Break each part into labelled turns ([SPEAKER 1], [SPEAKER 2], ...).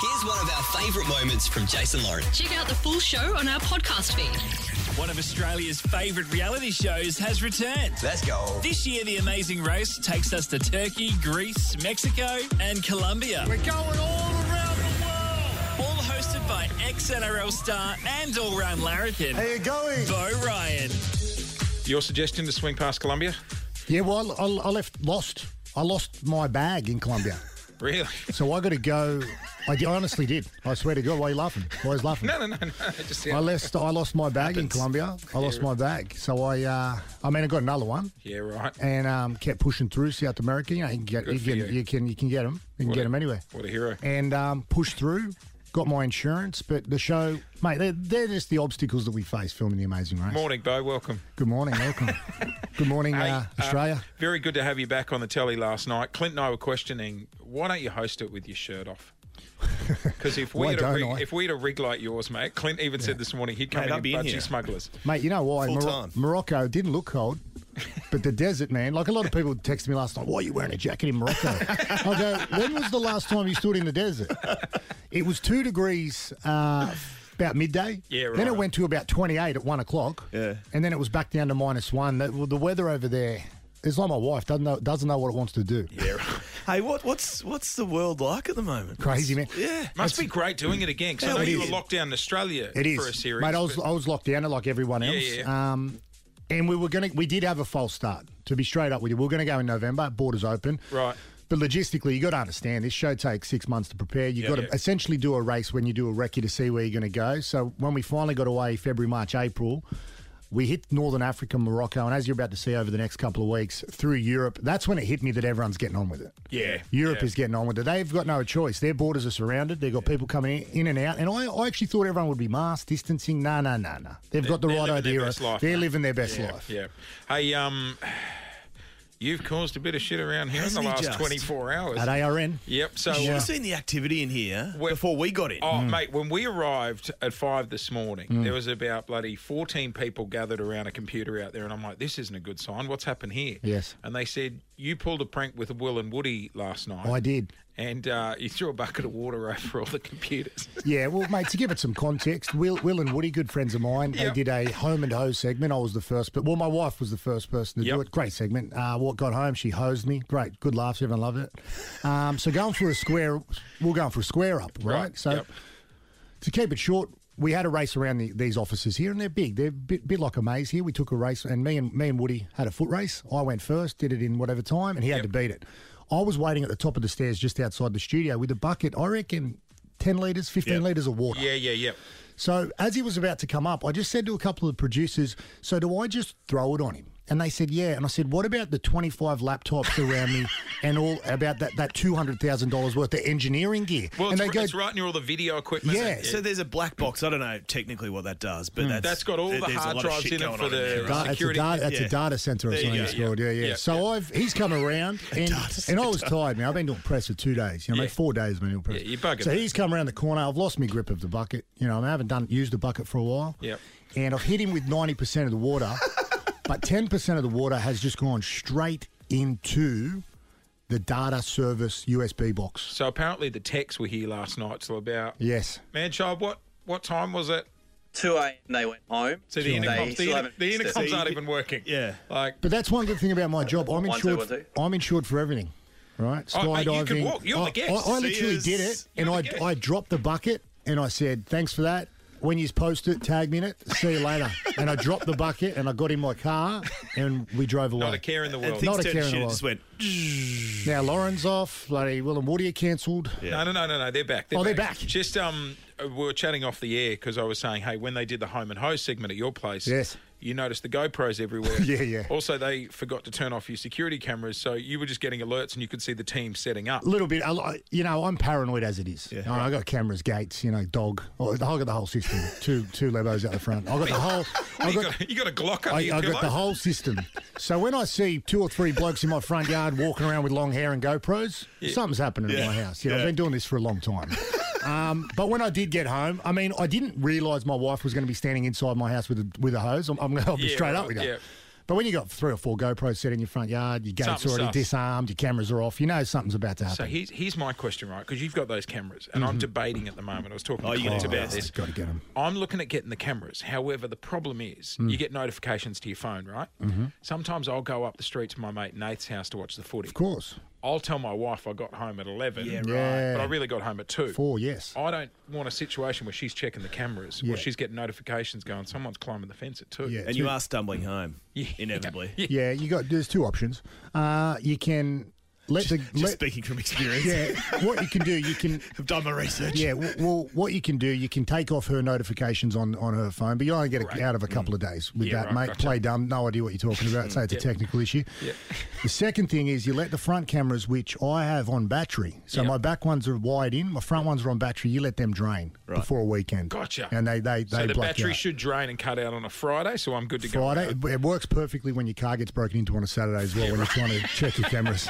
[SPEAKER 1] Here's one of our favourite moments from Jason Lauren.
[SPEAKER 2] Check out the full show on our podcast feed.
[SPEAKER 3] One of Australia's favourite reality shows has returned.
[SPEAKER 1] Let's go.
[SPEAKER 3] This year, The Amazing Race takes us to Turkey, Greece, Mexico, and Colombia. We're going all around the world. All hosted by ex NRL star and all round larrikin,
[SPEAKER 4] How you going?
[SPEAKER 3] Bo Ryan.
[SPEAKER 5] Your suggestion to swing past Colombia?
[SPEAKER 4] Yeah, well, I, I left lost. I lost my bag in Colombia,
[SPEAKER 5] Really?
[SPEAKER 4] so I got to go. I, di- I honestly did. I swear to God. Why are you laughing? Why is laughing?
[SPEAKER 5] No, no, no, no. It just
[SPEAKER 4] I
[SPEAKER 5] sounds,
[SPEAKER 4] lost. I lost my bag in
[SPEAKER 5] Happens.
[SPEAKER 4] Colombia. I lost
[SPEAKER 5] Yeah.
[SPEAKER 4] my bag, so I. Uh, I mean, I got another one,
[SPEAKER 5] yeah, right.
[SPEAKER 4] and um, kept pushing through South America. You know, you can get,
[SPEAKER 5] Good
[SPEAKER 4] you
[SPEAKER 5] for
[SPEAKER 4] can,
[SPEAKER 5] you.
[SPEAKER 4] you. can, you can get them. You can
[SPEAKER 5] What
[SPEAKER 4] get
[SPEAKER 5] a-
[SPEAKER 4] them anywhere.
[SPEAKER 5] What a hero.
[SPEAKER 4] And um, pushed through. Got my insurance, but the show, mate, they're, they're just the obstacles that we face filming The Amazing Race.
[SPEAKER 5] Morning, Bo. Welcome.
[SPEAKER 4] Good morning, welcome. Good morning,
[SPEAKER 5] Hey,
[SPEAKER 4] uh,
[SPEAKER 5] uh,
[SPEAKER 4] Australia.
[SPEAKER 5] Very good to have you back on the telly last night. Clint and I were questioning why don't you host it with your shirt off? Because if we
[SPEAKER 4] Why
[SPEAKER 5] had a
[SPEAKER 4] don't
[SPEAKER 5] rig,
[SPEAKER 4] I?
[SPEAKER 5] if we had a rig like yours, mate, Clint even said this morning he'd come
[SPEAKER 6] Mate,
[SPEAKER 5] in
[SPEAKER 6] I'd
[SPEAKER 5] in
[SPEAKER 6] be in
[SPEAKER 5] budgie
[SPEAKER 6] here.
[SPEAKER 5] smugglers.
[SPEAKER 4] Mate, you know why?
[SPEAKER 6] Full
[SPEAKER 4] Moro-
[SPEAKER 6] time.
[SPEAKER 4] Morocco didn't look cold, but the desert, man. Like a lot of people texted me last night, why are you wearing a jacket in Morocco? I go, when was the last time you stood in the desert? It was two degrees uh, about midday.
[SPEAKER 5] Yeah, right.
[SPEAKER 4] Then it went to about 28 at one o'clock.
[SPEAKER 6] Yeah.
[SPEAKER 4] And then it was back down to minus one. The, well, the weather over there. It's like my wife doesn't know doesn't know what it wants to do.
[SPEAKER 5] Yeah, right.
[SPEAKER 6] Hey, what, what's what's the world like at the moment?
[SPEAKER 4] Crazy man.
[SPEAKER 6] Yeah.
[SPEAKER 5] must be great doing it again. Because I
[SPEAKER 6] Hell,
[SPEAKER 5] know
[SPEAKER 6] it
[SPEAKER 5] you were
[SPEAKER 6] is.
[SPEAKER 5] locked down in Australia
[SPEAKER 4] It is.
[SPEAKER 5] for a series.
[SPEAKER 4] Mate, I was
[SPEAKER 5] but-
[SPEAKER 4] I was locked down like everyone
[SPEAKER 5] Yeah,
[SPEAKER 4] else.
[SPEAKER 5] yeah,
[SPEAKER 4] Um, and we were gonna we did have a false start. To be straight up with you, we were gonna go in November. Borders open.
[SPEAKER 5] Right.
[SPEAKER 4] But logistically, you got to understand this show takes six months to prepare. You've got to
[SPEAKER 5] yeah.
[SPEAKER 4] essentially do a race when you do a recce to see where you're going to go. So when we finally got away, February, March, April, we hit Northern Africa, Morocco, and as you're about to see over the next couple of weeks through Europe, that's when it hit me that everyone's getting on with it.
[SPEAKER 5] Yeah,
[SPEAKER 4] Europe
[SPEAKER 5] yeah.
[SPEAKER 4] is getting on with it. They've got no choice. Their borders are surrounded. They've got people coming in, in and out. And I, I actually thought everyone would be masked, distancing. No, no, no, no. They've got the
[SPEAKER 5] they're
[SPEAKER 4] right
[SPEAKER 5] living their
[SPEAKER 4] idea.
[SPEAKER 5] best life,
[SPEAKER 4] they're
[SPEAKER 5] mate.
[SPEAKER 4] living their best life.
[SPEAKER 5] Yeah. Hey, um, you've caused a bit of shit around here
[SPEAKER 6] Hasn't
[SPEAKER 5] in the last
[SPEAKER 6] he just?
[SPEAKER 5] 24 hours.
[SPEAKER 4] At ARN.
[SPEAKER 5] Yep. So,
[SPEAKER 6] You should
[SPEAKER 5] uh,
[SPEAKER 6] have seen the activity in here
[SPEAKER 5] Well-
[SPEAKER 6] before we got in.
[SPEAKER 5] oh,
[SPEAKER 4] Mm.
[SPEAKER 5] mate, when we arrived at five this morning, there was about bloody 14 people gathered around a computer out there, and I'm like, this isn't a good sign. What's happened here?
[SPEAKER 4] Yes.
[SPEAKER 5] And they said you pulled a prank with Will and Woody last night.
[SPEAKER 4] I did.
[SPEAKER 5] And uh, you threw a bucket of water over all the computers.
[SPEAKER 4] Yeah, well, mate, to give it some context, Will, Will and Woody, good friends of mine,
[SPEAKER 5] Yep.
[SPEAKER 4] they did a home and hose segment. I was the first, but well, my wife was the first person to
[SPEAKER 5] Yep.
[SPEAKER 4] do it. Great segment. Uh, what got home, she hosed me. Great, good laughs. Everyone loved it. Um, so going for a square, we're going for a square up, right? So
[SPEAKER 5] Yep.
[SPEAKER 4] to keep it short, we had a race around the, these offices here, and they're big. They're a bit, bit like a maze here. We took a race, and me and me and Woody had a foot race. I went first, did it in whatever time, and he had to beat it. I was waiting at the top of the stairs just outside the studio with a bucket. I reckon. 10 litres, 15
[SPEAKER 6] Yep.
[SPEAKER 4] litres of water.
[SPEAKER 5] yeah, yeah, yeah.
[SPEAKER 4] So as he was about to come up, I just said to a couple of the producers, "So do I just throw it on him?" And they said, "Yeah." And I said, "What about the twenty-five laptops around me and all about that that two hundred thousand dollars worth of engineering gear?"
[SPEAKER 5] Well,
[SPEAKER 4] and
[SPEAKER 5] it's,
[SPEAKER 4] they
[SPEAKER 5] ri- it's right near all the video equipment.
[SPEAKER 4] Yeah,
[SPEAKER 5] It-
[SPEAKER 6] So there's a black box. I don't know technically what that does, but that's,
[SPEAKER 5] Hmm. That's got all
[SPEAKER 6] there-
[SPEAKER 5] the
[SPEAKER 6] there's a
[SPEAKER 5] hard
[SPEAKER 6] lot of
[SPEAKER 5] drives
[SPEAKER 6] shit
[SPEAKER 5] in it
[SPEAKER 6] going
[SPEAKER 5] for
[SPEAKER 6] on in
[SPEAKER 5] the-
[SPEAKER 6] here,
[SPEAKER 4] Da-
[SPEAKER 6] right?
[SPEAKER 4] that's a,
[SPEAKER 5] Security-
[SPEAKER 4] da- that's
[SPEAKER 6] yeah.
[SPEAKER 4] a data center or
[SPEAKER 6] There you
[SPEAKER 4] something
[SPEAKER 6] go,
[SPEAKER 4] it's
[SPEAKER 6] yeah.
[SPEAKER 4] called. Yeah, yeah.
[SPEAKER 5] Yeah,
[SPEAKER 4] so I've he's come around and,
[SPEAKER 6] data
[SPEAKER 4] and I was tired, man. I've been doing press for two days. You know,
[SPEAKER 5] Yeah.
[SPEAKER 4] mate, four days I've been doing press.
[SPEAKER 5] Yeah, you're bugging,
[SPEAKER 4] so
[SPEAKER 5] mate.
[SPEAKER 4] he's come around the corner. I've lost my grip of the bucket. You know, I haven't done used the bucket for a while.
[SPEAKER 5] Yep.
[SPEAKER 4] And I've hit him with ninety percent of the water, but ten percent of the water has just gone straight into the data service USB box.
[SPEAKER 5] So apparently the techs were here last night till about
[SPEAKER 4] Yes.
[SPEAKER 5] man child. What what time was it?
[SPEAKER 7] 2 a.m. they went home.
[SPEAKER 5] So the
[SPEAKER 7] They
[SPEAKER 5] intercoms, the,
[SPEAKER 7] still
[SPEAKER 5] inter-
[SPEAKER 7] haven't
[SPEAKER 5] the
[SPEAKER 7] fixed it.
[SPEAKER 5] intercoms aren't even working.
[SPEAKER 6] Yeah.
[SPEAKER 5] like
[SPEAKER 4] But that's one good thing about my job. I'm
[SPEAKER 7] One,
[SPEAKER 4] insured.
[SPEAKER 7] two, one,
[SPEAKER 4] I'm insured for everything. Right,
[SPEAKER 5] Oh, mate, you can
[SPEAKER 4] Skydiving.
[SPEAKER 5] walk. You're
[SPEAKER 4] I,
[SPEAKER 5] the guest.
[SPEAKER 4] I- I
[SPEAKER 6] See
[SPEAKER 4] literally
[SPEAKER 6] us.
[SPEAKER 4] did it,
[SPEAKER 5] You're
[SPEAKER 4] and
[SPEAKER 5] the
[SPEAKER 4] I,
[SPEAKER 5] guest.
[SPEAKER 4] I dropped the bucket, and I said, "Thanks for that." When you post it, tag me in it. See you later. and I dropped the bucket, and I got in my car, and we drove away.
[SPEAKER 5] not a care in the
[SPEAKER 6] And
[SPEAKER 5] world.
[SPEAKER 4] Not
[SPEAKER 6] things
[SPEAKER 4] a
[SPEAKER 6] turned
[SPEAKER 4] care
[SPEAKER 6] to
[SPEAKER 4] in the
[SPEAKER 6] shit. It
[SPEAKER 4] world.
[SPEAKER 6] just went.
[SPEAKER 4] Now Lauren's off. Bloody Will and Woody are cancelled.
[SPEAKER 5] No, no, no, no, no. They're back.
[SPEAKER 4] Oh, they're back.
[SPEAKER 5] Just um, we were chatting off the air because I was saying, hey, when they did the home and hose segment at your place,
[SPEAKER 4] Yes.
[SPEAKER 5] you noticed the GoPros everywhere.
[SPEAKER 4] Yeah, yeah.
[SPEAKER 5] Also, they forgot to turn off your security cameras, so you were just getting alerts and you could see the team setting up.
[SPEAKER 4] A little bit. I li- You know, I'm paranoid as it is. I, I got cameras, gates. You know, dog. Oh, I got the whole system. two two lebos out the front. I got the whole. I
[SPEAKER 5] you,
[SPEAKER 4] got,
[SPEAKER 5] got, you got a Glock under
[SPEAKER 4] I,
[SPEAKER 5] your
[SPEAKER 4] I
[SPEAKER 5] pillow.
[SPEAKER 4] got the whole system. So when I see two or three blokes in my front yard walking around with long hair and GoPros, something's happening in
[SPEAKER 6] Yeah.
[SPEAKER 4] my house. Yeah, I've
[SPEAKER 6] Yeah.
[SPEAKER 4] been doing this for a long time. Um, but when I did get home, I mean, I didn't realise my wife was going to be standing inside my house with a, with a hose. I'm, I'm going to be
[SPEAKER 5] Yeah,
[SPEAKER 4] straight
[SPEAKER 5] right,
[SPEAKER 4] up with you.
[SPEAKER 5] yeah.
[SPEAKER 4] But when you got three or four GoPros set in your front yard, your gate's
[SPEAKER 5] Something's
[SPEAKER 4] already
[SPEAKER 5] sus.
[SPEAKER 4] disarmed, your cameras are off, you know something's about to happen.
[SPEAKER 5] So here's, here's my question, right? Because you've got those cameras, and
[SPEAKER 4] Mm-hmm.
[SPEAKER 5] I'm debating at the moment. I was talking
[SPEAKER 6] Oh,
[SPEAKER 5] to
[SPEAKER 6] you're
[SPEAKER 5] Clint
[SPEAKER 6] gonna
[SPEAKER 5] about
[SPEAKER 6] invest.
[SPEAKER 5] this.
[SPEAKER 4] Gotta get 'em.
[SPEAKER 5] I'm looking at getting the cameras. However, the problem is
[SPEAKER 4] Mm.
[SPEAKER 5] you get notifications to your phone, right? Mm-hmm. Sometimes I'll go up the street to my mate Nate's house to watch the footy.
[SPEAKER 4] of course.
[SPEAKER 5] I'll tell my wife I got home at 11. Yeah,
[SPEAKER 4] Yeah.
[SPEAKER 5] But I really got home at 2.
[SPEAKER 4] Four, yes.
[SPEAKER 5] I don't want a situation where she's checking the cameras
[SPEAKER 4] Yeah.
[SPEAKER 5] or she's getting notifications going, someone's climbing the fence at 2.
[SPEAKER 4] Yeah.
[SPEAKER 6] And you are stumbling home, inevitably.
[SPEAKER 4] Yeah, you got there's two options. Uh, you can let the
[SPEAKER 6] Just
[SPEAKER 4] let,
[SPEAKER 6] speaking from experience.
[SPEAKER 4] yeah, what you can do, you can
[SPEAKER 6] I've done my research.
[SPEAKER 4] yeah, w- well, what you can do, you can take off her notifications on, on her phone, but you only get it out of a couple of days with
[SPEAKER 5] Mm. Yeah,
[SPEAKER 4] that,
[SPEAKER 5] right,
[SPEAKER 4] mate.
[SPEAKER 5] gotcha.
[SPEAKER 4] Play dumb, no idea what you're talking about. Say it's a technical issue. The second thing is you let the front cameras, which I have on battery, so my back ones are wired in, my front ones are on battery. You let them drain before a weekend.
[SPEAKER 5] Gotcha.
[SPEAKER 4] And they they they
[SPEAKER 5] So the
[SPEAKER 4] block you
[SPEAKER 5] battery
[SPEAKER 4] out.
[SPEAKER 5] should drain and cut out on a Friday, so I'm good to go.
[SPEAKER 4] Friday. It- It works perfectly when your car gets broken into on a Saturday as well, when you're trying to check your cameras.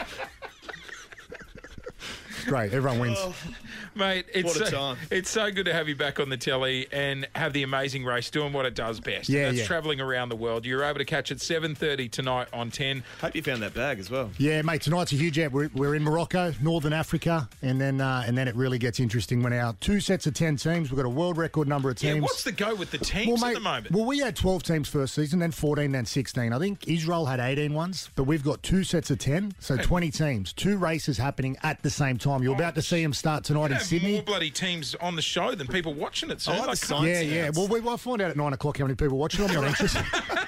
[SPEAKER 4] Great, everyone wins.
[SPEAKER 5] Mate, it's
[SPEAKER 6] What a
[SPEAKER 5] so,
[SPEAKER 6] time.
[SPEAKER 5] It's so good to have you back on the telly and have the amazing race doing what it does best.
[SPEAKER 4] Yeah,
[SPEAKER 5] and that's
[SPEAKER 4] yeah.
[SPEAKER 5] travelling around the world. You're able to catch it 7.30 tonight on 10.
[SPEAKER 6] Hope you found that bag as well.
[SPEAKER 4] Yeah, mate. Tonight's a huge. out. We're, we're in Morocco, Northern Africa, and then uh, and then it really gets interesting when our two sets of ten teams. We've got a world record number of
[SPEAKER 5] Yeah,
[SPEAKER 4] teams.
[SPEAKER 5] what's the go with the teams at the moment?
[SPEAKER 4] Well, we had 12 teams first season, then 14, then 16. I think Israel had 18 ones, but we've got two sets of 10, so 20 teams. Two races happening at the same time. You're about to see them start tonight
[SPEAKER 5] We
[SPEAKER 4] in
[SPEAKER 5] have more
[SPEAKER 4] Sydney.
[SPEAKER 5] bloody teams on the show than people watching it. So
[SPEAKER 6] Oh, I like
[SPEAKER 5] I
[SPEAKER 6] the
[SPEAKER 5] can't-
[SPEAKER 6] science
[SPEAKER 4] Yeah, yeah. Well, we, will find out at 9 o'clock how many people watch it. I'm not anxious.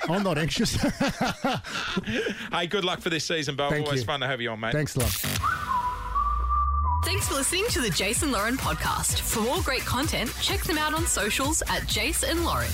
[SPEAKER 4] I'm not anxious.
[SPEAKER 5] Hey, good luck for this season, Bo.
[SPEAKER 4] Thank
[SPEAKER 5] Always
[SPEAKER 4] you.
[SPEAKER 5] fun to have you on, mate.
[SPEAKER 4] Thanks, love.
[SPEAKER 2] Thanks for listening to the Jason Lauren podcast. For more great content, check them out on socials at Jason Lauren.